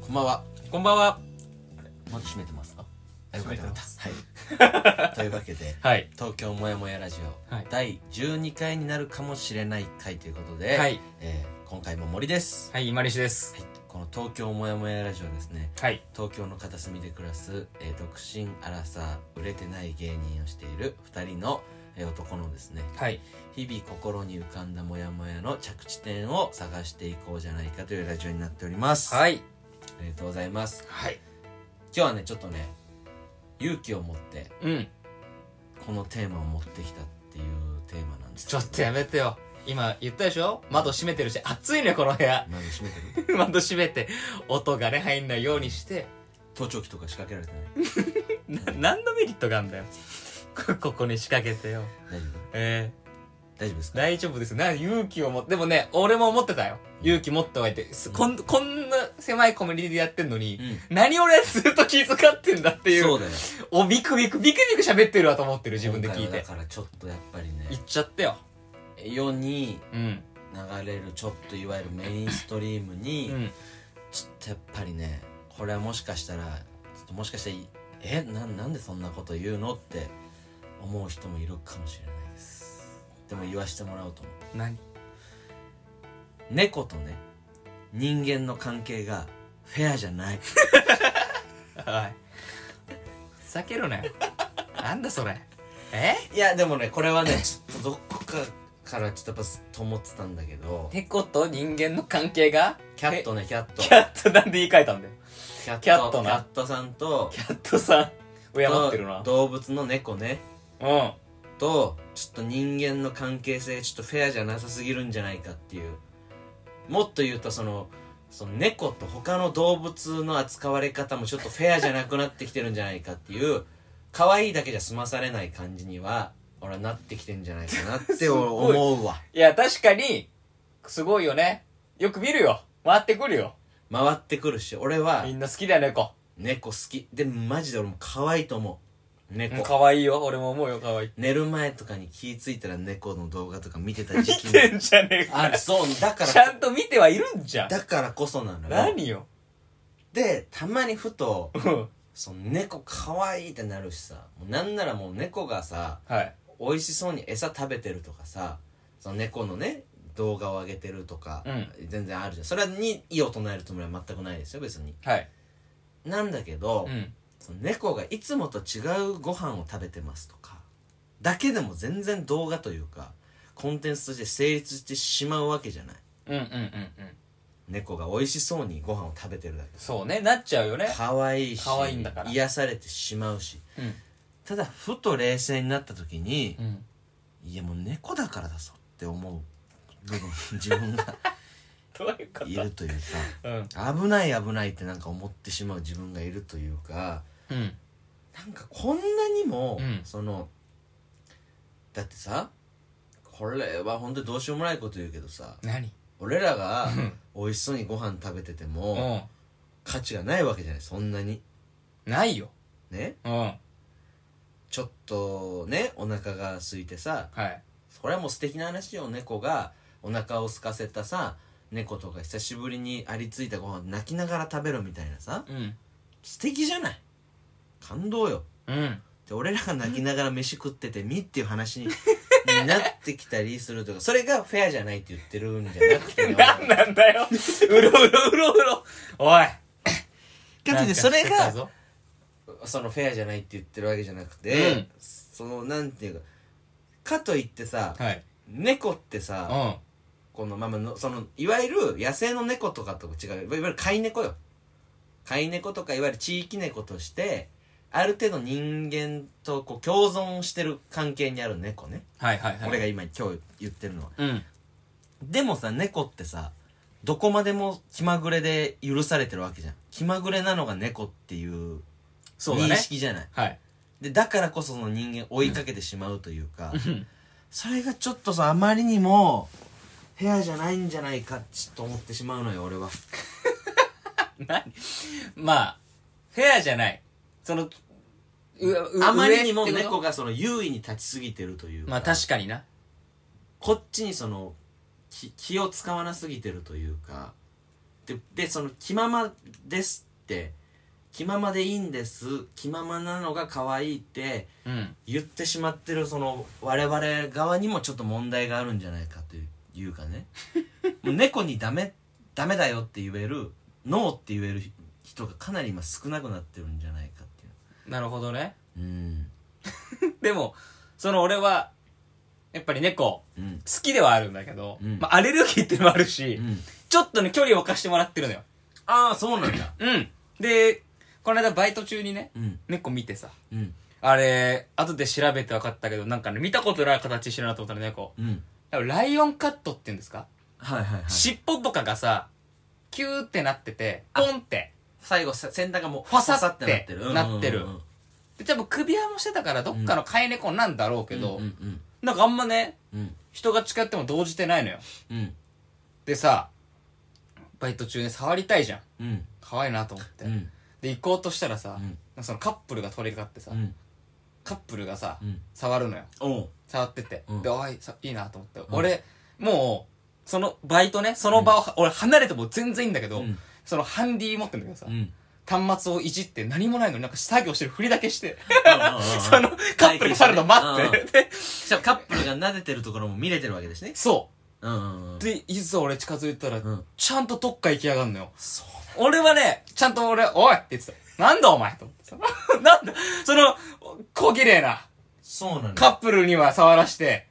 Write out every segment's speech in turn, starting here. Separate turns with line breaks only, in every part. こんばんは。
こんばんは。
まだ閉めてますかあ、よ
閉
かっ
めて
た。
ま
はい。 というわけで、
はい。
東京もやもやラジオ、
はい
第12回になるかもしれない回ということで、
はい。
えー今回も森です。
はい、今西です。
はい。この東京もやもやラジオですね、
はい。
東京の片隅で暮らす、えー独身アラサー売れてない芸人をしている2人の、えー男のですね
はい。
日々心に浮かんだモヤモヤの着地点を探していこうじゃないかというラジオになっております、い、
はい。
ありがとうございます
はい。
今日はねちょっとね勇気を持って
うん。
このテーマを持ってきたっていうテーマなんです
ちょっとやめてよ。今言ったでしょ窓閉めてるし、暑いね、この部屋。
まだ閉めてる
窓閉めて、音がね、入んないようにして。
盗聴器とか仕掛けられてない
な、何のメリットがあんだよ。 こここに仕掛けてよ。
大丈
え
夫大丈夫です
ー、
か
大丈夫です。な、勇気を持って、でもね、俺も思ってたよ。勇気持っておいて、すこん、こんな狭いコミュニティでやってんのに、
う
何俺ずっと気遣ってんだって
ん
いう。
そうだよ
お、ビクビク、ビクビク喋ってるわと思ってる、自分で聞い
今回は
て
だ。からちょっとやっぱり
言
ね
っちゃってよ。
世に
うん。
流れるちょっといわゆるメインストリームに、
うん。
ちょっとやっぱりねこれはもしかしたらちょっともしかしたらえなんなんでそんなこと言うのって思う人もいるかもしれないですでも言わしてもらおうと思う
何
猫とね人間の関係がフェアじゃない
はい。ふざける なよ。なんだそれ。え
いやでもねこれはねちょっとどこかからちょっとやっぱと思ってたんだけど
猫と人間の関係が
キャットねキャット
キャットなんで言い換えたんだよ。
キャット
キャットな
キャットさんと
キャットさん、敬ってるな
と。動物の猫ね
うん。
とちょっと人間の関係性ちょっとフェアじゃなさすぎるんじゃないかっていうもっと言うとそのその猫と他の動物の扱われ方もちょっとフェアじゃなくなってきてるんじゃないかっていう可愛いだけじゃ済まされない感じには俺はなってきてんじゃないかなって
ごい
思うわ
いや、確かに、すごいよね。よく見るよ。回ってくるよ。
回ってくるし俺は
みんな好きだよ、猫。
猫好きでもマジで俺も可愛いと思う
うん
猫
可愛いよ。俺も思うよ、可愛い。
寝る前とかに気ぃついたら猫の動画とか見てた時
見
期
て
も
んじゃねえ
あ
か
る。そうだか
ちゃ
ら
んと見てはいるんじゃん。
だからこそなのよ
何よ。
でたまにふと
うん。
その猫かわいいってなるしさもうなんならもう猫がさ
はい。
美味しそうに餌食べてるとかさその猫のね動画を上げてるとか、
う
全然あるじゃんそれに異を唱えるつもりは全くないですよ別に
はい。
なんだけど、
うん。
その猫がいつもと違うご飯を食べてますとかだけでも全然動画というかコンテンツとして成立してしまうわけじゃない
うんうんうんうん。
猫が美味しそうにご飯を食べてるだけ
そうね、なっちゃうよね。
可愛いし
可愛いんだから
癒されてしまうし
うん。
ただふと冷静になった時に
う、ん。
いやもう猫だからだぞって思う部分 自分が
どういうこ
いるという
うん。
か危ない危ないってなんか思ってしまう自分がいるというか
うん。
なんかこんなにも、
うん
そのだってさこれは本当にどうしようもないこと言うけどさ
何
俺らが
うん
美味しそうにご飯食べてて
う
も
ん。
価値がないわけじゃないそんなに
ないよ。
ね
うん。は
ちょっとねお腹が空いてさ
い。
それはもう素敵な話よ猫がお腹を空かせたさ猫とか久しぶりにありついたご飯を泣きながら食べるみたいなさ
うん。
素敵じゃない感動よ
うん。
で俺らが泣きながら飯食っててみっていう話 にになってきたりするとかそれがフェアじゃないって言ってるんじゃなく てね
なんなんだよ。うろうろうろうろ。おい。
かといってそれ
なんかし
が
てたぞ
そのフェアじゃないって言ってるわけじゃなくて、
うん
そのなんていうかかといってさ
はい。
猫ってさ、
うん。
このままのそのいわゆる野生の猫とかと違ういわゆる飼い猫よ飼い猫とかいわゆる地域猫としてある程度人間とこう共存してる関係にある猫ね、
はいはいはい。
俺が今今日言ってるのは
うん。
でもさ猫ってさどこまでも気まぐれで許されてるわけじゃん気まぐれなのが猫っていう
そうだ
認
ね。
識じゃない、
はい。
でだからこそその人間追いかけてしまうというか、
うん。
それがちょっとさあまりにも部屋じゃないんじゃないかちょっと思ってしまうのよ俺は
まあ、フェアじゃない。その、うう
あまりにも
上ってこと
猫がその優位に立ちすぎてるという
まあ確かにな。
こっちにその気気を使わなすぎてるというかででその「気ままです」って「気ままでいいんです」「気ままなのが可愛いって
うん
言ってしまってるその我々側にもちょっと問題があるんじゃないかといういうかねもう猫にダメ「ダメだよ」って言える「ノー」って言える人がかなり今少なくなってるんじゃないかっていう
なるほどね
うん
でもその俺はやっぱり猫
うん
好きではあるんだけど、
うん
まあ、アレルギーっていうのもあるし、
うん
ちょっとね距離を置かしてもらってるのよ
ああそうなんだ
うんでこの間バイト中にね
うん
猫見てさ
うん
あれ後で調べて分かったけどなんかね見たことない形してるなと思ったの猫
うん
ライオンカットって言うんですか、
はいはいはい
尻尾とかがさキューってなっててポンって
最後せ先端がもう
ファサって
なってるうん
なって
う
る
んうんうん
で多分首輪もしてたからどっかの飼い猫なんだろうけど、
うんうん
なんかあんまね
うん
人が近寄っても動じてないのよ
うん
でさバイト中に触りたいじゃん
うん
可愛いなと思って、
うん
で行こうとしたらさ、
うん
なんかそのカップルが取りかかってさ、
うん
カップルがさ、
うん
触るのよ
おう
触ってて、
うん
でおいさいいなと思って、俺もうそのバイトねその場を、俺離れても全然いいんだけど、
うん
そのハンディ持ってんだけどさ、
うん
端末をいじって何もないのになんか作業してるふりだけして、 そ
そ
のカップルが去るの待って、で
しかもカップルが撫でてるところも見れてるわけですね
そ
うんうんうん
うでいざ俺近づいたら、
うん
ちゃんとどっか行きやがんのよ
そう
俺はね、ちゃんと俺、おいって言ってた。なんだお前と思ってさ。 なんだその、小綺麗な
そうなんだ
カップルには触らして、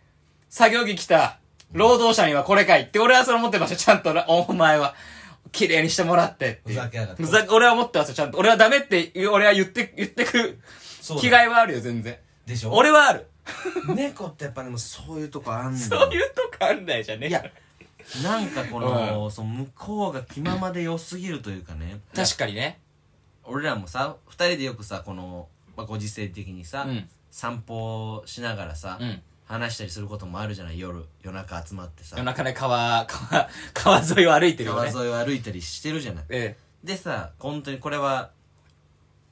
作業着着た労働者にはこれかいって俺はそれ思ってました。ちゃんとな、お前は、綺麗にしてもらってっていう。
ふざけやがって
ふざけ俺は思ってますよ、ちゃんと。俺はダメって、俺は言って、言ってく
そうだ
気概はあるよ、全然。
でしょ
俺はある。
猫ってやっぱでもそういうとこあんだ
そういうとこあんないじゃねえ
いやなんかこのその向こうが気ままで良すぎるというかね
確かにね。
俺らもさ二人でよくさこの、まあ、ご時世的に
う
さ、
ん。
散歩しながらさ、
うん。
話したりすることもあるじゃない夜夜中集まってさ
夜中ね、川、川、川沿いを歩いてるよ
川沿
ね。
いを歩いたりしてるじゃない
え
でさ本当にこれは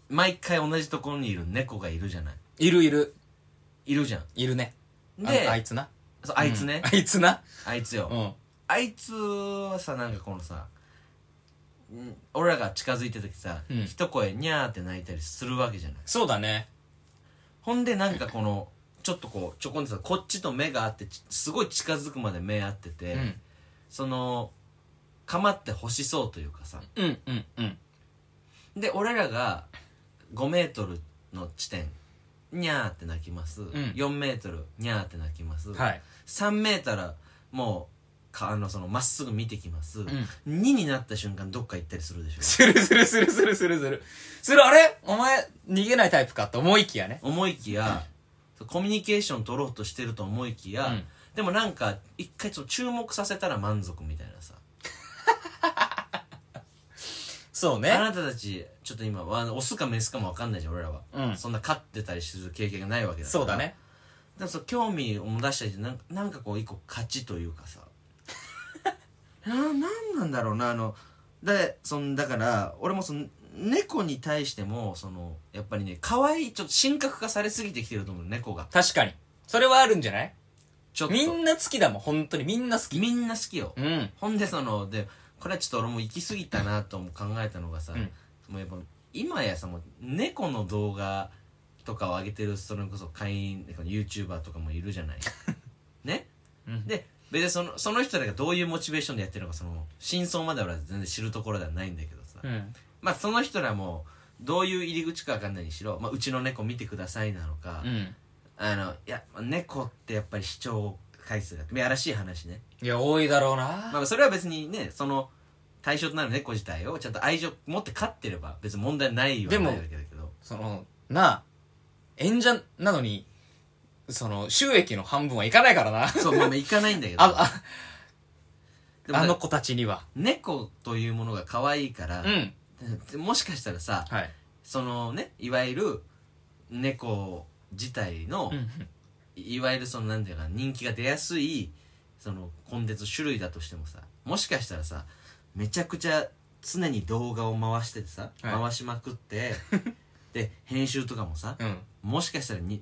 毎回同じところにいる猫がいるじゃない
え。いるいる。
いるじゃん
いるね。
で
あ
あ
あ
い
いつな。
そうあいつね、
うんあいつな。
あいつよ、
うん。
あいつはさなんかこのさん俺らが近づいた時さ、
うん
一声ニャーって泣いたりするわけじゃない
そうだね。
ほんでなんかこのちょっとこうちょこんでさこっちと目があってちすごい近づくまで目合ってて、
うん。
その構って欲しそうというかさ
うん、うん、うん。
で俺らが5メートルの地点にゃーって泣きます、4メートルにゃーって泣きます、
はい。
3メートルもうかあのそのまっすぐ見てきます、
ん
2になった瞬間どっか行ったりするでしょ
するするするするするする。する、あれお前、逃げないタイプかと思いきやね。
思いきや、コミュニケーション取ろうとしてると思いきや、
うん
でもなんか一回ちょっと注目させたら満足みたいなさ
そう
あ
ね。
なたたちちょっと今はオスかメスかも分かんないじゃん俺らは、
うん
そんな飼ってたりする経験がないわけだから
そうだね。
でもその興味を持たしたりしてなんかなんかこう一個勝ちというかさななんなんだろうなあのでそのだから俺もその猫に対してもそのやっぱりね可愛いちょっと神格化されすぎてきてると思う猫が
確かに。それはあるんじゃない
ちょっと
みんな好きだもん、本当に。みんな好き。
みんな好きよ、
うん。
ほんでそのでこれはちょっと俺も行き過ぎたなとも考えたのがさ、
うん
もうやっぱ今やさもう猫の動画とかを上げてるそれこそ会員 YouTuber とかもいるじゃ ないね
うん
で別にそのその人らがどういうモチベーションでやってるのかその真相までは俺は全然知るところではないんだけどさ、
うん。
まあその人らもどういう入り口か分かんないにしろ、まあ、うちの猫見てくださいなのか、
うん。
あのいや猫ってやっぱり視聴回数がいやらしい話ね
いや、多いだろうな。
まあ、それは別にねその対象となる猫自体をちゃんと愛情持って飼ってれば別に問題ないよ
でも
ないわけだけど
その、なあ、演者なのに、その、収益の半分はいかないから な。
そうまあまあ行かないんだけど
あ、
で
あ、
も
あの子たちには。
猫というものが可愛いから
う、ん。
もしかしたらさ
はい。
そのねいわゆる猫自体の、
うん。
いわゆるそのなんていうか人気が出やすいそのコンテンツ種類だとしてもさもしかしたらさめちゃくちゃ常に動画を回しててさ、
はい
回しまくって で編集とかもさ
うん。
もしかしたらに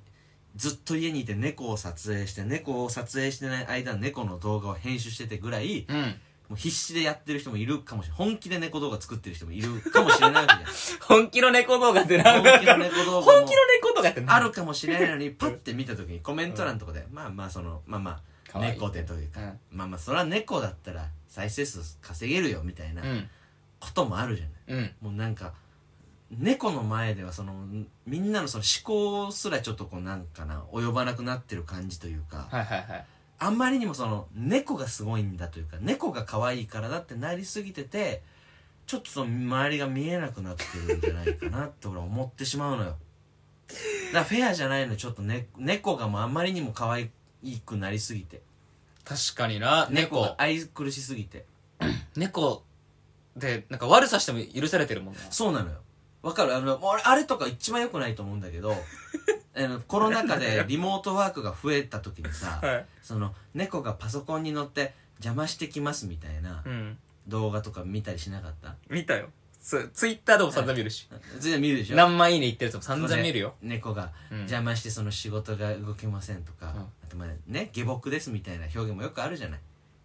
ずっと家にいて猫を撮影して猫を撮影してない間猫の動画を編集しててぐらい
うん。
もう必死でやってる人もいるかもしれない本気で猫動画作ってる人もいるかもしれないわけじゃん
本気の猫動画ってなんだ
本気の猫動画も
本気の猫動画って何
あるかもしれないのにパッて見た時にコメント欄とかで、まあまあそのまあまあ
かわいい
猫でというか
うん
まあまあそれは猫だったら再生数稼げるよみたいな
うん。
こともあるじゃない、
うん。
もうなんか猫の前ではそのみんなのその思考すらちょっとこうなんかな及ばなくなってる感じというか、
はいはいはい。
あんまりにもその猫がすごいんだというか猫が可愛いからだってなりすぎててちょっとその周りが見えなくなってるんじゃないかなって俺は思ってしまうのよだからフェアじゃないのちょっと、ね、猫がもうあんまりにも可愛くなりすぎて
確かにな、
猫が
猫。
愛くるしすぎて
猫で、なんか悪さしても許されてるもんな。
そうなのよわかるあの俺あれとか一番良くないと思うんだ けどあのコロナ禍でリモートワークが増えた時にさ、
はい。
その猫がパソコンに乗って邪魔してきますみたいな
うん。
動画とか見たりしなかった
見たよ。そう、ツイッターでも散々見るし。
全然見るでしょ
何万いいね言ってるやつも散々
ここで
見るよ。
猫が
うん
邪魔してその仕事が動けませんとか、
うん
あとまあね下僕ですみたいな表現もよくあるじゃない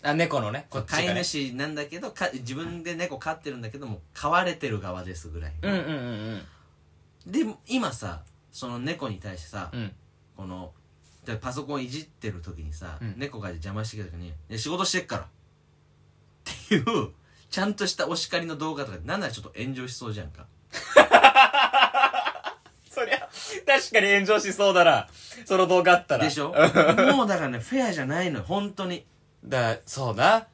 あ、猫のね、こっちが
飼い
ね。
主なんだけどか自分で猫飼ってるんだけども飼われてる側ですぐらい、
うんうんうん
で今さその猫に対してさ、
うん。うん。
このでパソコンいじってる時にさ、
うん
猫が邪魔してきた時に「いや仕事してっから」っていうちゃんとしたお叱りの動画とかなんならちょっと炎上しそうじゃんか
そりゃ、確かに炎上しそうだな。その動画あったら。
でし ょもうだからねフェアじゃないのよ本当に
だ、そうだ。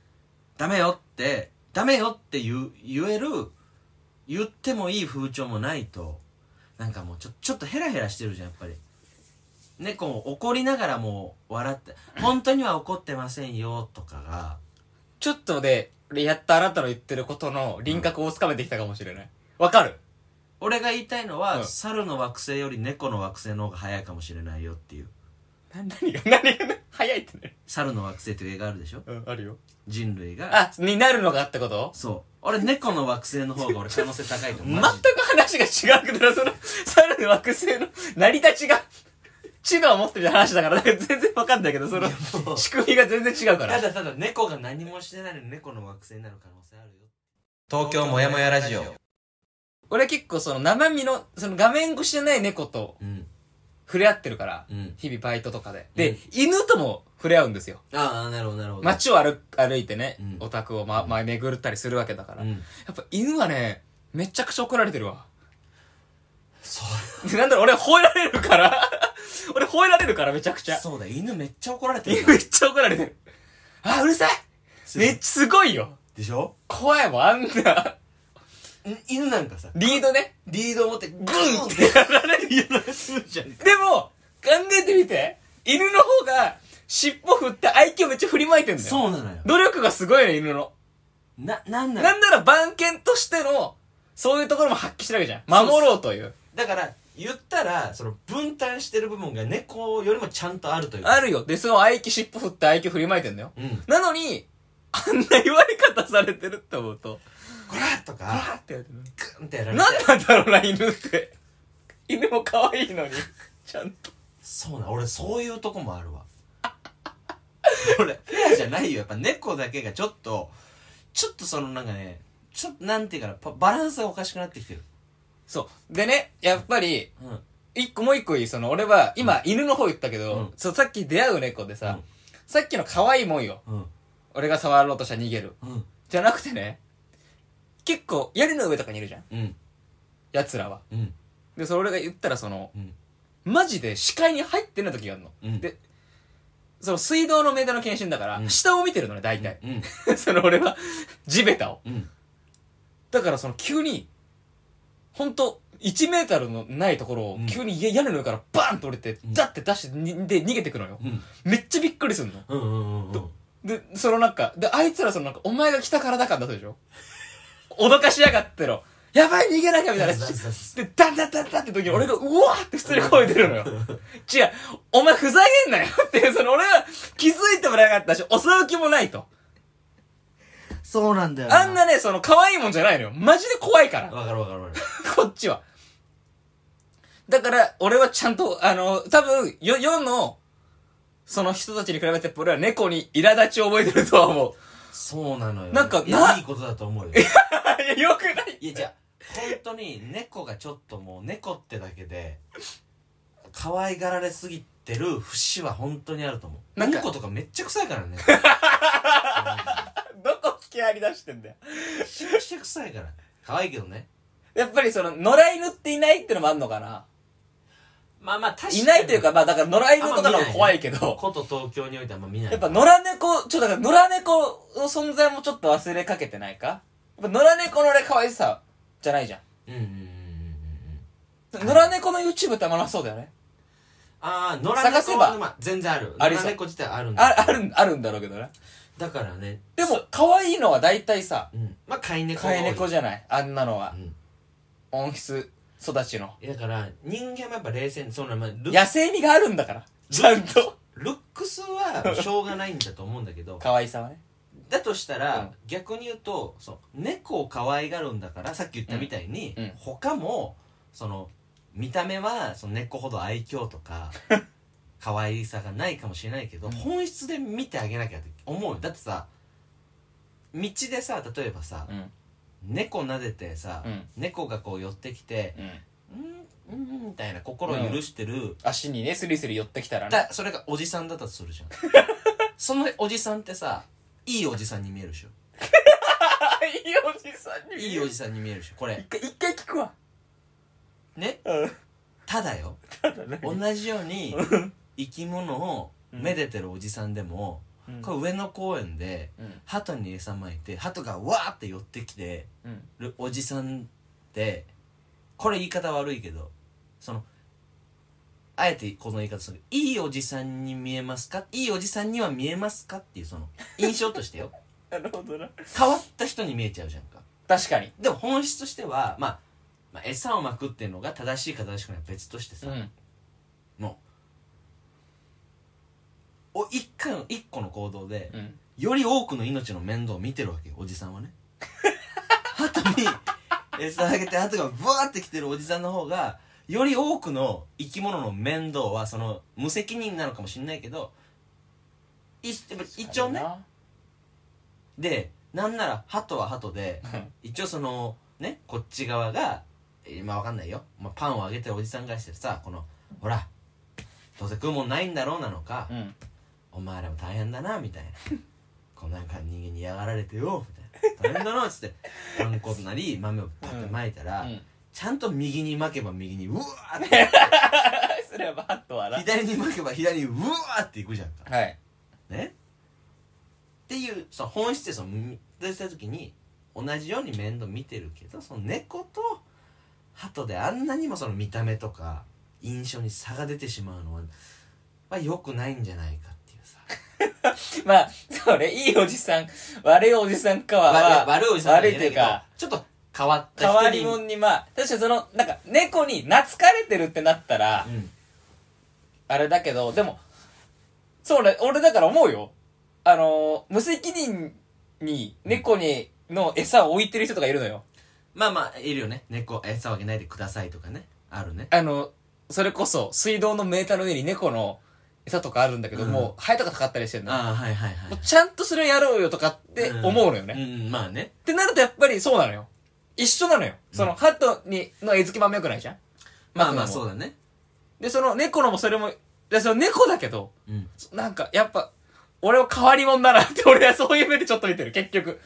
ダメよってダメよって言う言える言ってもいい風潮もないとなんかもうちょちょっとヘラヘラしてるじゃんやっぱり猫も怒りながらもう笑って本当には怒ってませんよとかが
ちょっとで、やっとあなたの言ってることの輪郭をつかめてきたかもしれない。わかる
俺が言いたいのは、
うん
猿の惑星より猫の惑星の方が早いかもしれないよっていう
な、何が、何が、早いってね。
猿の惑星という映画あるでしょ
うん、あるよ。
人類が
あ、になるのがってこと
そう俺猫の惑星の方が俺可能性高いと思う
全く
マジで
話が違うけど、その、猿の惑星の成り立ちが、知能を持ってる話だから、だから全然わかんないけど、その、仕組みが全然違う
た
から。
だただ猫が何もしてないのに猫の惑星になる可能性あるよ
東京もやもやラジオ俺結構その生身の、その画面越しじゃない猫と
うん
触れ合ってるから、
うん
日々バイトとかで。で、
うん
犬とも触れ合うんですよ。
ああなるほどなるほど
街を歩く歩いてね、
うん
お宅を、ま、ま、巡ったりするわけだから。
う
や
ん
っぱ犬はね、めちゃくちゃ怒られてるわ。
そう
なんだろう、俺吠えられるから。 俺吠えられるから、めちゃくちゃ。
そうだ犬めっちゃ怒られて
犬
る
めっちゃ怒られてる。あ、うるさいめっちゃすごいよ。
でしょ
怖いもん、あんな。
ん犬なんかさ
リードね。
リードを持ってグン
グン
っ
ってて やられるよ。
やらするじゃん
でも、考えてみて。犬の方が、尻尾振って愛嬌めっちゃ振りまいてんだよ。
そうなのよ
努力がすごいね、犬の。
ななんなの
なんなら番犬としての、そういうところも発揮してるわけじゃん。守ろうという。
だから言ったらその分担してる部分が猫よりもちゃんとあるというか
あるよ。で、その愛嬌尻尾振って愛嬌振りまいてんだよ。
うん
なのに、あんな言われ方されてるって思うと、
こらと
あ
か
ーってやってる。
グンってやられて
なんなんだろうな、犬って。犬も可愛いのに、ちゃんと。
そうな俺そういうとこもあ るわ俺フェアじゃないよやっぱ猫だけがちょっとちょっとそのなんかねちょっとなんていうかなパバランスがおかしくなってきてる
そう。でね、やっぱり、
うん
一個もう一個いい、その、俺は、今、犬の方言ったけど、
うん
そう、さっき出会う猫で
う
さ、
ん
さっきの可愛いもんよ。
うん
俺が触ろうとしたら逃げる。
うん
じゃなくてね、結構、屋根の上とかにいるじゃん。
うん
奴らは。
うん
で、それ俺が言ったら、その、
うん
マジで視界に入ってない時があるの。
うん
で、その水道のメーターの検診だから、
うん
下を見てるのね、大体。
うん
その俺は、地べたを。
うん
だからその急に、ほんと、1メートルのないところを
うん
急に屋根の上からバーンと降りて、
うん
ザって出して、にで、逃げてくのよ。
うん
めっちゃびっくりすんの。
うんうんうんうん
で、そのなんか、で、あいつらそのなんか、お前が来たからだからだそう でしょ脅かしやがっての。やばい逃げなきゃみたいな。
そうそうそ
で、ダンダンダンダンって時に俺が、うわーって普通に声出る のよ。違う、お前ふざけんなよ っていう、その俺は気づいてもらえなかったし、襲う気もないと。
そうなんだよ
あんなね、その可愛いもんじゃないのよ。マジで怖いから。
わかるわかるわかる
こっちは。だから、俺はちゃんと、あの、多分、よ、世の、その人たちに比べて、俺は猫に苛立ちを覚えてるとは思う。
そうなのよ
なんか
いや
ない
いことだと思うよ
いやよくない
いやじゃあ本当に猫がちょっともう猫ってだけで可愛がられすぎてる節は本当にあると思う
なんか
猫とかめっちゃ臭いからね
どこ引き合い出してんだよ
めちゃくちゃ臭いから可愛いけどね
やっぱりその野良犬っていないってのもあんのかな
まあまあ確かに
いないというかまあだから野良犬とかの方が怖いけど
こと東京においてはあんま見ない
やっぱ野良猫ちょっとだから野良猫の存在もちょっと忘れかけてないかやっぱ野良猫の俺可愛さじゃないじゃん
うんうんうんうんうん
野良猫の YouTube たまらなそうだよね
ああ野良
探せ
猫
ば
はまあ全然ある
あ
野
りそう
良猫自体あるんだ
あ
けど
あるあるんだろうけどね
だからね
でも可愛いのは大体さ
うんまあ飼い猫が
飼
多
い猫じゃないあんなのは
うん
温室育ちの
だから人間もやっぱ冷静にそのまあル
野生味があるんだからちゃんと
ルックスはしょうがないんだと思うんだけど
可愛さはね
だとした
う
ら
ん
逆に言うとそう猫を可愛がるんだからさっき言ったみたいに、
うんうん
他もその見た目はその猫ほど愛嬌と か可愛さがないかもしれないけど、
うん
本質で見てあげなきゃって思うよだってさ道でさ例えばさ、
うん
猫撫でてさ、
うん
猫がこう寄ってきて「
うん
うんうん」みたいな心を許してる、
足にねスリスリ寄ってきたらね
だそれがおじさんだったとする じゃんそのおじさんってさいいおじさんに見えるでしょ
あ いいおじさん
いいおじさんに見えるでしょこれ
一回一回聞くわ
ね
うん
ただよ
ただね
同じように生き物をめでてるおじさんでも、
うん
これ上野公園で
うん
鳩に餌まいて鳩がわーって寄ってきて
うん
るおじさんってこれ言い方悪いけどそのあえてこの言い方するいいおじさんに見えますかいいおじさんには見えますかっていうその印象と してよ
なるほどな
変わった人に見えちゃうじゃんか
確かに
でも本質としては、まあ、まあ餌をまくっていうのが正しいか正しくないか別としてさ、
うん
もうお一回の一個の行動で、
うん
より多くの命の面倒を見てるわけよおじさん はね鳩に餌あげて鳩がブワーってきてるおじさんの方がより多くの生き物の面倒はその無責任なのかもしれないけどい一応ね
あ
でなんなら鳩は鳩で
れな
一応そのねこっち側が今わかんないよ、まあ、パンをあげてるおじさんがしてさこのほらどうせ食うもんないんだろうなのか、
うん
お前らも大変だなみたいな こうなんか人間に嫌がられてよみたいな大変だなっつってパン粉なり豆をパッてまいたら、
うん
ちゃんと右に巻けば右にうわーって
それはバッと笑
左に巻けば左にうわーっていくじゃんか
うはい
ねっていうその本質でその見出した時に同じように面倒見てるけどその猫と鳩であんなにもその見た目とか印象に差が出てしまうのは、まあ、良くないんじゃないかっていうさ
まあそれいいおじさん悪いおじさんかはまあ
わ悪いおじさん
悪いっていうか
ちょっと変わった
変わり
人に
者にまあ確かにそのなんか猫に懐かれてるってなったら、
うん
あれだけどでもそうね俺だから思うよあのー無責任に猫にの餌を置いてる人とかいるのよ
まあまあいるよね猫餌をあげないでくださいとかねあるね
あのそれこそ水道のメーターの上に猫の餌とかあるんだけど、
うん
もうハエとかかかったりしてるのも
ああはいはいは
う
い
ちゃんとそれをやろうよとかって思うのよね、っ
うんまあね
てなるとやっぱりそうなのよ一緒なのよその、ハトにの餌付きまんまよくないじゃん
まあまあそううだね
でその猫のもそれもでその猫だけど
うん
なんか、やっぱ、俺は変わり者だなって、俺はそういう目でちょっと見てる、結局。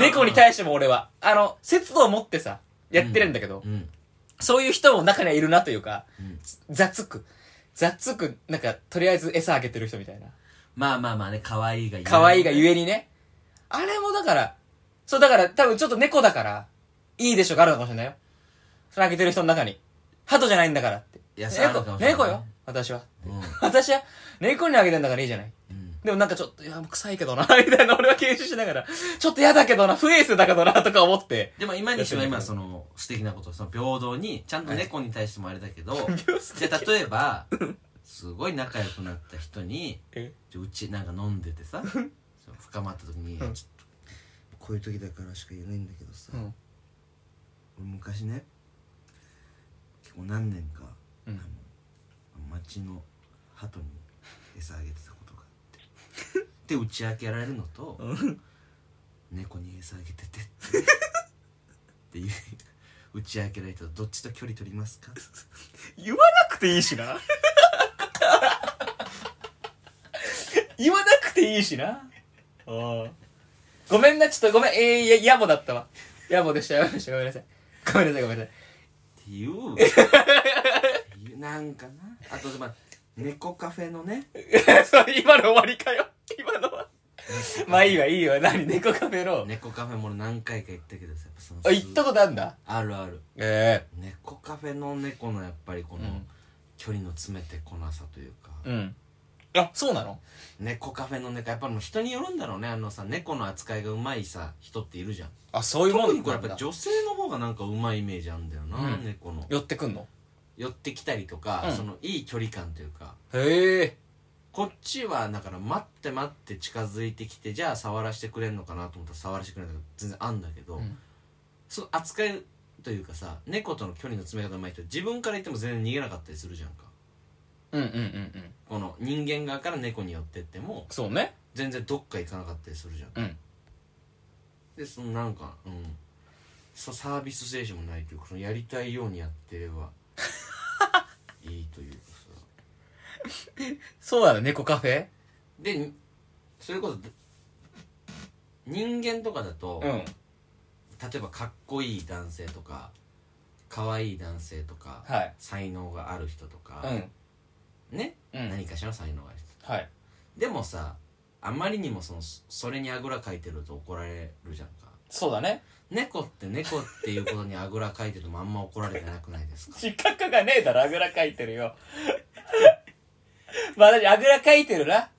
猫に対しても俺は、あの、節度を持ってさ、やってるんだけど、
うん
そういう人も中にはいるなというか、
うん
雑く。雑く、なんか、とりあえず餌あげてる人みたいな。
まあまあまあね可愛いがゆえ
可愛いがゆえにね。あれもだから、そうだから、多分ちょっと猫だから、いいでしょがあるのかもしれないよ。それあげてる人の中に。鳩じゃないんだからって。
いやそうあるかもしれない
猫、猫よ、私は。
うん
私は、猫にあげてんだからいいじゃない。
うん
でもなんかちょっと、いや、もう臭いけどな、 みたいな、俺は研修しながら、ちょっと嫌だけどな、不衛生だけどな、とか思って。
でも今にしては今その素敵なことその平等にちゃんと猫に対してもあれだけど、じゃあ例えばすごい仲良くなった人に
え
じゃあうちなんか飲んでてさそう深まった時に、ちょっとこういう時だからしか言えないんだけどさ、
うん。
俺昔ね結構何年か、
うん
あの町の 鳩に餌あげてたことがあってで打ち明けられるのと、猫に餌あげてて」っていう打ち明けられたらどっちと距離取りますか
言わなくていいしな 言わなくていいしなごめんなちょっとごめんえー、いや野暮だったわ野暮でした野暮でしたごめんなさいごめんなさいごめんなさい
っていうなんかなあとまあ猫カフェのね
それ今の終わりかよ今のはまあいいわいいわ何猫カフェの
猫カフェも俺何回か行ったけどさやっぱその
あ行ったことあんだ
あるある
え
猫カフェの猫のやっぱりこ
う
の
ん
距離の詰めてこなさというか、
うんあそうなの
猫カフェの猫やっぱもう人によるんだろうねあのさ猫の扱いがうまいさ人っているじゃん
あそういうもん
特にこれや
な
っ
んだ
ぱ女性の方がなんかうまいイメージあんだよな、
うん
猫の
寄ってくんの
寄ってきたりとか、
うん
そのいい距離感というか
へえ
こっちはだから待って待って近づいてきてじゃあ触らせてくれんのかなと思ったら触らせてくれんの全然あんだけど、
うん
その扱いというかさ猫との距離の詰め方うまい人自分から言っても全然逃げなかったりするじゃんか
うんうんうんうん
この人間側から猫に寄ってっても
そうね
全然どっか行かなかったりするじゃん
うん
でそのなんかうんさサービス精神もないというかそのやりたいようにやってれ ばいいというかさ
そうだね猫カフェ
でにそれこそ人間とかだと、
うん
例えばかっこいい男性とか可愛い男性とか、
はい
才能がある人とか
う、ん
ね、
うん
何かしらの才能がある人
はい
でもさあまりにもそのそそれにあぐらかいてると怒られるじゃんか
そうだね
猫って猫っていうことにあぐらかいてるのもあんま怒られてなくないですか
自覚がねえだろあぐらかいてるよ まあ私あぐらかいてるな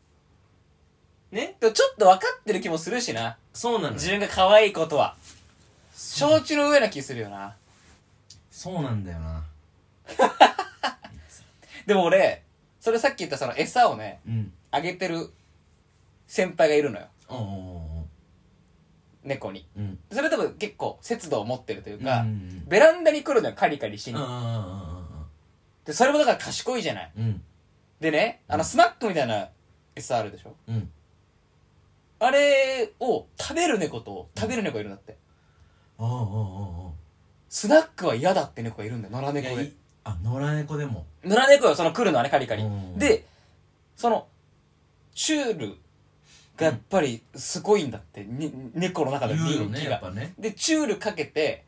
ね
でもちょっと分かってる気もするしな
そうなの
自
よ
分が可愛いことは
そう
承知の上な気するよな
そうなんだよな
でも俺それさっき言ったその餌をね
うん
あげてる先輩がいるのよ
おうお
猫に
うおううん
それ多分結構節度を持ってるという
う
か、
ん
ベランダに来るのよカリカリし
うん
に、
うん
でそれもだから賢いじゃない
うんうん
でねあのスナックみたいな餌あるでしょ
うんうん
あれを食べる猫と食べる猫いるんだって
おうおうおうおう
スナックは嫌だって猫がいるんだよ野良猫
いや
で
いあ野良猫でも
野良猫よその来るのはねカリカリ
うん
でそのチュールがやっぱりすごいんだって、に猫の中で
言うよ
人
ね
気
やっ
が、
ぱね
でチュールかけて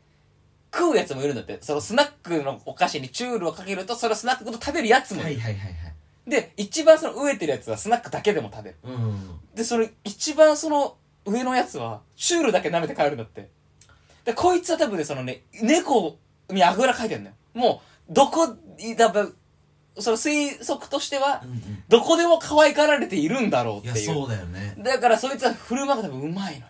食うやつもいるんだってそのスナックのお菓子にチュールをかけるとそれをスナックごと食べるやつもいる、
はいはいはいはい
で一番その飢えてるやつはスナックだけでも食べる
うんうんうん
でその一番その上のやつはチュールだけ舐めて帰るんだってでこいつは多分ねそのね猫にあぐらかいてんのよもうどこ多分その推測としては
うんうん
どこでも可愛がられているんだろ
いう
っ
や
ていう
そうだよね
だからそいつは振る舞いが多分うまいのよ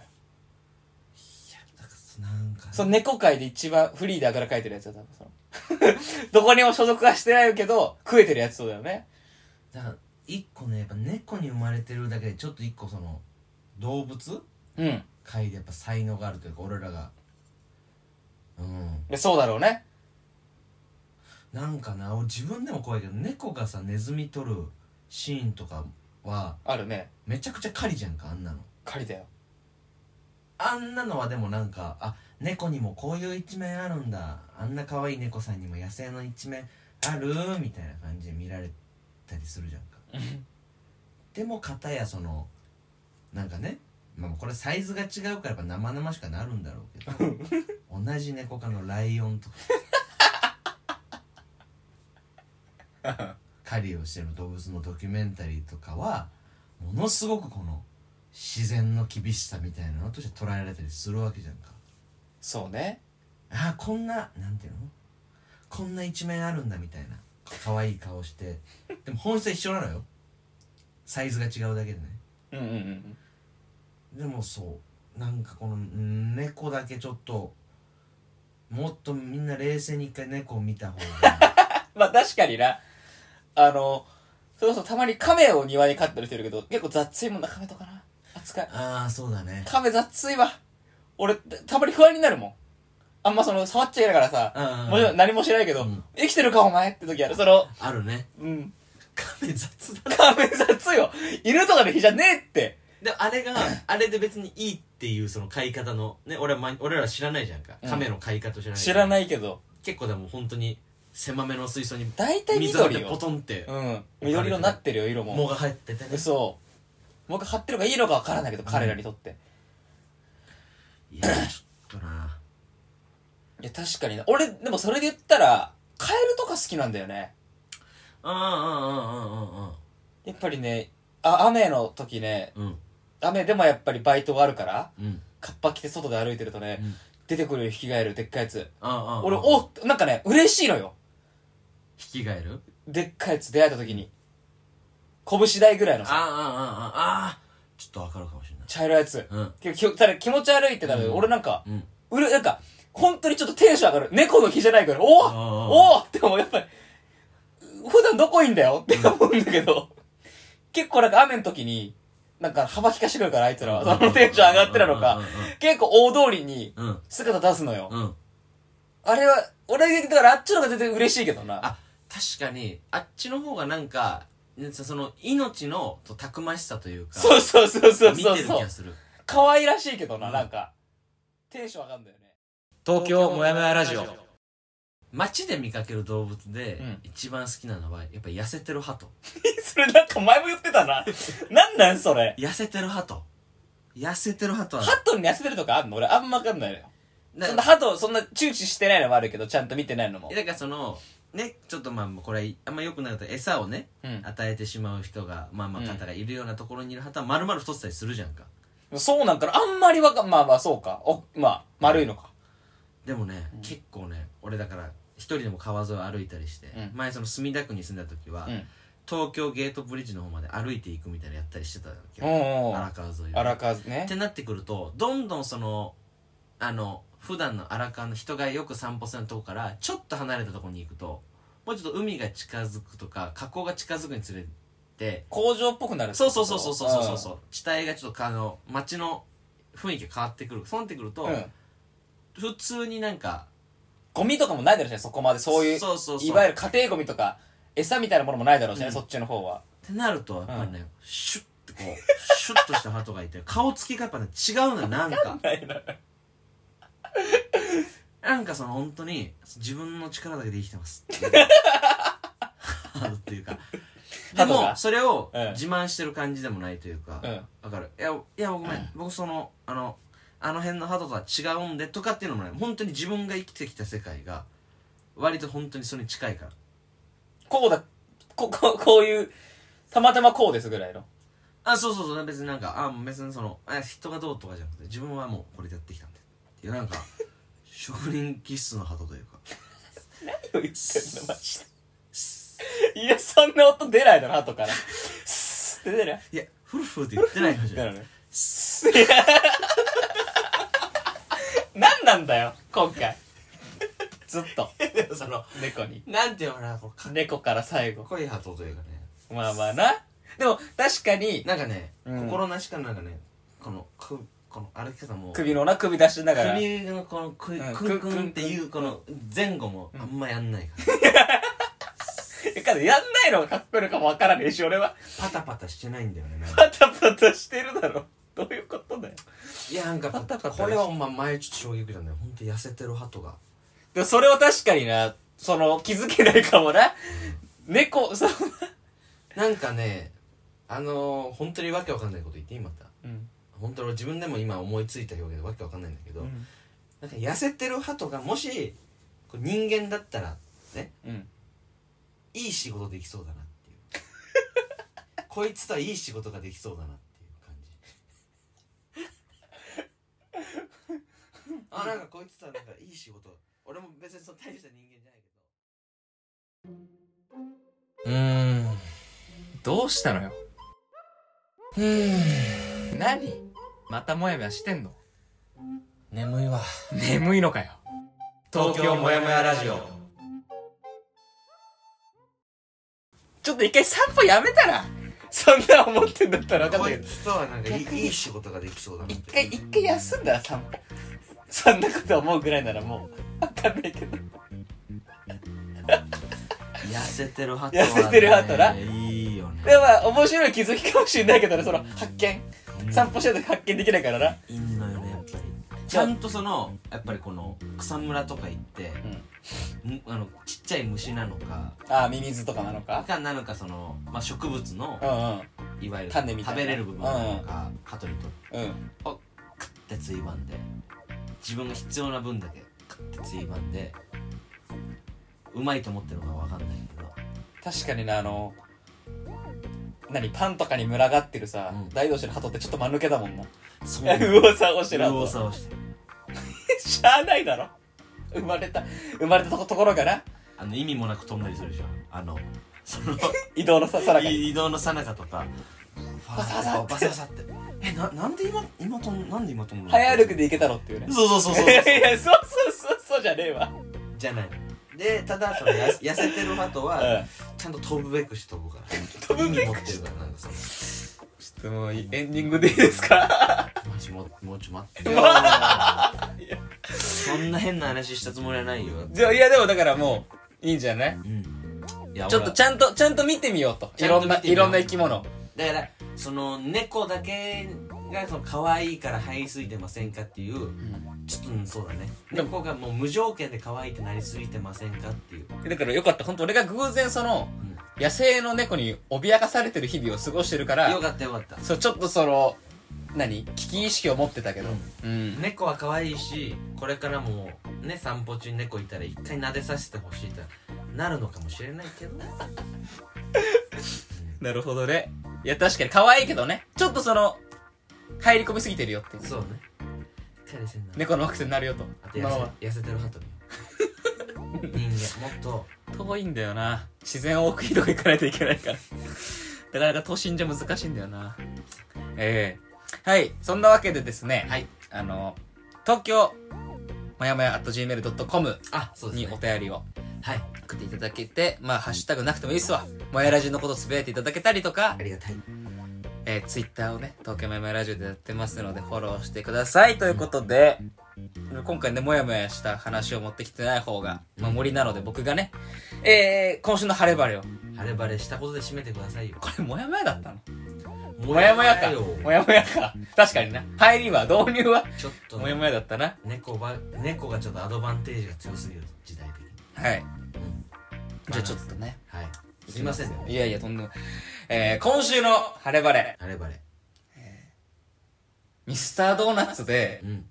だからなんかね
その猫界で一番フリーであぐらかいてるやつは多分その どこにも所属はしてないけど食えてるやつそうだよね
だから一個ねやっぱ猫に生まれてるだけでちょっと一個その動物
うん
界でやっぱ才能があるというか俺らがうん
でそうだろうね
なんかな俺自分でも怖いけど猫がさネズミ取るシーンとかは
あるね
めちゃくちゃ狩りじゃんかあんなの
狩りだよ
あんなのはでもなんかあ猫にもこういう一面あるんだあんな可愛い猫さんにも野生の一面あるみたいな感じで見られたりするじゃんかでも片やそのなんかね、まあ、これサイズが違うからやっぱ生々しくはなるんだろうけど同じ猫科のライオンとか狩りをしてる動物のドキュメンタリーとかはものすごくこの自然の厳しさみたいなのとして捉えられたりするわけじゃんか
そうね
ああこんななんていうのこんな一面あるんだみたいな可愛い顔してでも本質は一緒なのよサイズが違うだけでね
うんうんうん
でもそうなんかこのうん猫だけちょっともっとみんな冷静に一回猫を見た方が
まあ確かになあのそれこそたまに亀を庭に飼ってる人いるけど結構雑いもんだ亀とかな扱い
ああそうだね
亀雑いわ俺たまに不安になるもんあんまその触っちゃいながらさ
うん
もちろん何もしないけど、
うん
生きてるかお前って時あるその
あるね
うん
亀雑だ
亀雑よ犬とかの日じゃねえって
でもあれがあれで別にいいっていうその飼い方の、ね、俺はま俺らは知らないじゃんか
うん
亀の飼い方知らない
知らないいけど
結構でも本当に狭めの水槽に
大体
水が入って
緑
ポ
よ、
トンって
うん、緑色になってるよ色も
藻が入っててね
嘘僕買ってるかいいのかわからないけど彼らにとって、
いやちょっとない
や確かにな俺でもそれで言ったらカエルとか好きなんだよね
あ
やっぱりねあ雨の時ね
あうんうんうんうん
雨でもやっぱりバイトがあるから
うんうん
カッパ着て外で歩いてるとね、
うん
出てくるよヒキガエルでっかいやつ
ああああ
俺おなんかね嬉しいのよ
引き返る
でっかいやつ出会えた時に拳台ぐらいの
ああ
さ
ああああちょっとわかるかもしれない
茶色いやつ
うん
ききただ気持ち悪いってなる、
うん
俺なんか
うん
うるなんか本当にちょっとテンション上がる猫の日じゃないからおお
ああ
おおって思うやっぱり普段どこいんだよって思うんだけど、結構なんか雨の時になんか幅利かしてくるからあいつらはそのテンション上がってなの
う
か
ん
結構大通りに
うんうん
姿出すのよ、
うんうん
あれは俺だからあっちの方が全然嬉しいけどな
あ確かにあっちの方がなんかねその命のとたくましさというか
そうそうそうそう
見
そう
てる気
そう
がする
可愛らしいけどな、
うん
なんかテンション上がるんだよね
東
京もやもやラジオ
街で見かける動物で
うん
一番好きなのはやっぱ痩せてるハト
それなんか前も言ってたななんなんそれ
痩せてるハト痩せてるハトは
ハトに痩せてるとかあんの俺あんま分かんないのよ
な
そんなハトそんな注視してないのもあるけどちゃんと見てないのも
えだからそのねちょっとまあこれあんまよくないと餌をね
うん
与えてしまう人がまあまあ
うん
方がいるようなところにいるハトは丸々太ってたりするじゃんか
そうなんかなあんまりわかまあまあそうかおまあ丸いのか
でもね、結構ね俺だから一人でも川沿いを歩いたりして、
うん
前その墨田区に住んだ時は、
うん
東京ゲートブリッジの方まで歩いていくみたいなのやったりしてたわけ
お
よ
お
荒川沿いを
荒川
っ
ね
てなってくるとどんどんそのあの普段の荒川の人がよく散歩するとこからちょっと離れたとこに行くともうちょっと海が近づくとか河口が近づくにつれて
工場っぽくなる
そうそうそうそうそうそうそう
う
地帯がちょっとあの街の雰囲気が変わってくるそうなってくると、
んうん
普通になんか
ゴミとかもないだろうしねそこまでそういう
そうそうそう
いわゆる家庭ゴミとか餌みたいなものもないだろうしね、
うん
そっちの方は
ってなるとやっぱりね、シュッてこう シュッとしたハトがいて顔つきがやっぱね違うのよなんか
ないな
なんかその本当に自分の力だけで生きてますっていう ハトっていうかで
鳩
も
が
それを
うん
自慢してる感じでもないというか、
うん
わかるいやいやごめん、僕そのあのあの辺のハトとは違うんでとかっていうのもない本当に自分が生きてきた世界が割と本当にそれに近いから
こうだこここういうたまたまこうですぐらいの
あそうそうそう別になんかあ別にそのあ人がどうとかじゃなくて自分はもうこれでやってきたんでっていうなん か職人気質の鳩というか
何を言ってんのマジでいやそんな音出ないだろ後からスーって出ない
いやフルフルって言ってないかもし
出
れ
な
ないい
ねスーいや 何なんだよ今回ずっと
その
猫に
なんていうのかなこうかっ
猫から最後
こいい鳩というかね
まあまあなでも確かに
なんかね、
うん
心なしかなんかねこのくこの歩き方も
首のな首出しながら
首のこのく
うん
くんくんっていうこの前後もあんまやんないから、
えかやんないのがかっこいいのかもわからねえし俺は
パタパタしてないんだよねなんか
パタパタしてるだろどういうことだよ
いやなんか
パタパタ
これはお前前ちょっと衝撃だね本当に痩せてる鳩が
でもそれは確かになその気づけないかもな猫その
なんかねあのー、本当にわけわかんないこと言っていいまた
うん
本当に俺自分でも今思いついた表現でわけわかんないんだけど、なんか痩せてる鳩がもしこう人間だったらね
うん
いい仕事できそうだなっていうこいつとはいい仕事ができそうだなっていう感じあなんかこいつとはなんかいい仕事俺も別にその大した人間じゃないけど
うんどうしたのようん何またもやもやしてんの
眠いわ
眠いのかよ
東京もやもやラジオ
ちょっと一回散歩やめたらそんな思ってんだったら分かん
こ
ない
い
けど
つとはなんかい
逆に
いいい仕事ができそうだなって
一回一回休んだら散歩そんなこと思うぐらいならもう分かんないけど
痩せてるハト
痩せてるハトない
いよね
でもまあ面白い気づきかもしれないけどねその発見散歩してる時発見できないからな
うんいいのよちゃんとそのやっぱりこの草むらとか行って、むあのちっちゃい虫なのか
ああミミズとかなのか
かなのかその、まあ、植物の
うんうん
いわゆる食
種みたいな
べれる部分なのかカトリと
うん
クッてついばんで自分が必要な分だけクッてついばんでうまいと思ってるのかわかんないけど
確かにねあの何パンとかに群がってるさ、
うん
大同士の鳩ってちょっと間抜けだもん な
そうなの
うおさおし
右
ら
往
と
左往してる
しゃあないだろ生まれた生まれたとこところがな
あの意味もなく飛んだりするでしょあのその
移動のさ空がに
い移動の最中とか
バサバサ
バサバサってえななんで今今とんなんで今とんの
早歩きで行けたろっていうね
そうそうそうそう
いやいやそうそうそうそうじゃねえわ
じゃないでただそのや痩せてる鳩 はちゃんと飛ぶべくして飛ぶから飛ぶべくしてるからなんかその
ちょっともういエンディングでいいですか
マジもうもうちょ待ってよそんな変な話したつもりはないよ、
じゃあいやでもだからもういいんじゃない
うん、いや
ちょっとち
ゃ
ゃんとちゃんと見てみようと
ちゃ
い
んと
ろんな
見てみ
い
よう
ろんな生き物
だからその猫だけがその可愛いから這いすいてませんかっていう、ちょっとうんそうだね
でも
猫がもう無条件で可愛いってなりすぎてませんかっていう、
だからよかった本当俺が偶然その
うん
野生の猫に脅かされてる日々を過ごしてるから
よかったよかった
そうちょっとその何危機意識を持ってたけどうん
猫は可愛いしこれからもね散歩中に猫いたら一回撫でさせてほしいってなるのかもしれないけど
なるほどねいや確かに可愛いけどねちょっとその入り込みすぎてるよっていう
そうね彼氏になる
猫の惑星になるよと
あと
今
痩
は
せ痩せてる 鳩に人間もっと
遠いんだよな自然多くいいとこ行かないといけないから なかなか都心じゃ難しいんだよなええはいそんなわけでですね
はい
あの東京まやまや .gmail.com
あそうで
に
す
お
ね
便りを
はい
送っていただけてまあハッシュタグなくてもいいっすわマヤラジのことつぶやいていただけたりとか
あ、りがたい
えー、ツイッターをね東京マヤマヤラジオでやってますのでフォローしてくださいということで今回ねもやもやした話を持ってきてない方が、まあ、森なので僕がねえー、今週の晴れ晴れを
晴れ晴れしたことで締めてくださいよ
これもやもやだったの
も
もやもやか
よ
もやもやか確かにな入りは導入は
ちょっとね
もやもやだったな
猫ば猫がちょっとアドバンテージが強すぎる時代的に
はい
うん
じゃあちょっとね
はいすいませんね
いやいやとんでもないえー、今週の晴れ晴れ
晴れ晴れ
ミスタードーナツで
うん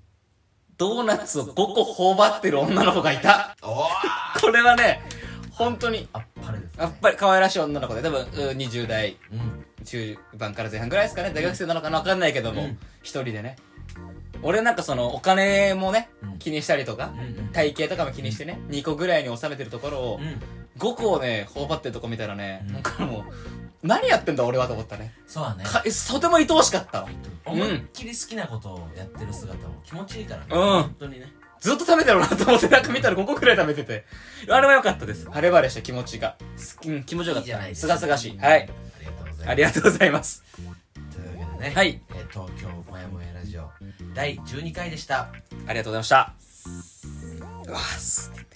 ドーナツを5個頬張ってる女の子がいた
おおあ
これはね本当に
っぱれですね
やっぱり可愛らしい女の子で多分うん20代
うん
中盤から前半ぐらいですかね大学生なのかな分かんないけども、
うん
一人でね俺なんかそのお金もね
うん
気にしたりとか
う、んうん
体型とかも気にしてね2個ぐらいに収めてるところを
うん
5個をね頬張ってるとこ見たらね、
うん
なんかもう何やってんだ俺はと思ったね
そうだね
かとても愛おしかったわ
思いっきり好きなことをやってる姿も気持ちいいからね
うん
本当にね
ずっと食べてるなと思ってなんか見たら5個くらい食べててあれは良かったです晴れ晴れした気持ちがすうん気持ちよか
い
っ
いじゃない
た
ですす
が
か
すがしいは
あり
い
がとうございます
ありがとうございます
というわけでね、
はい
えー東京もやもやラジオ第12回でした。
ありがとうございましたうわすてき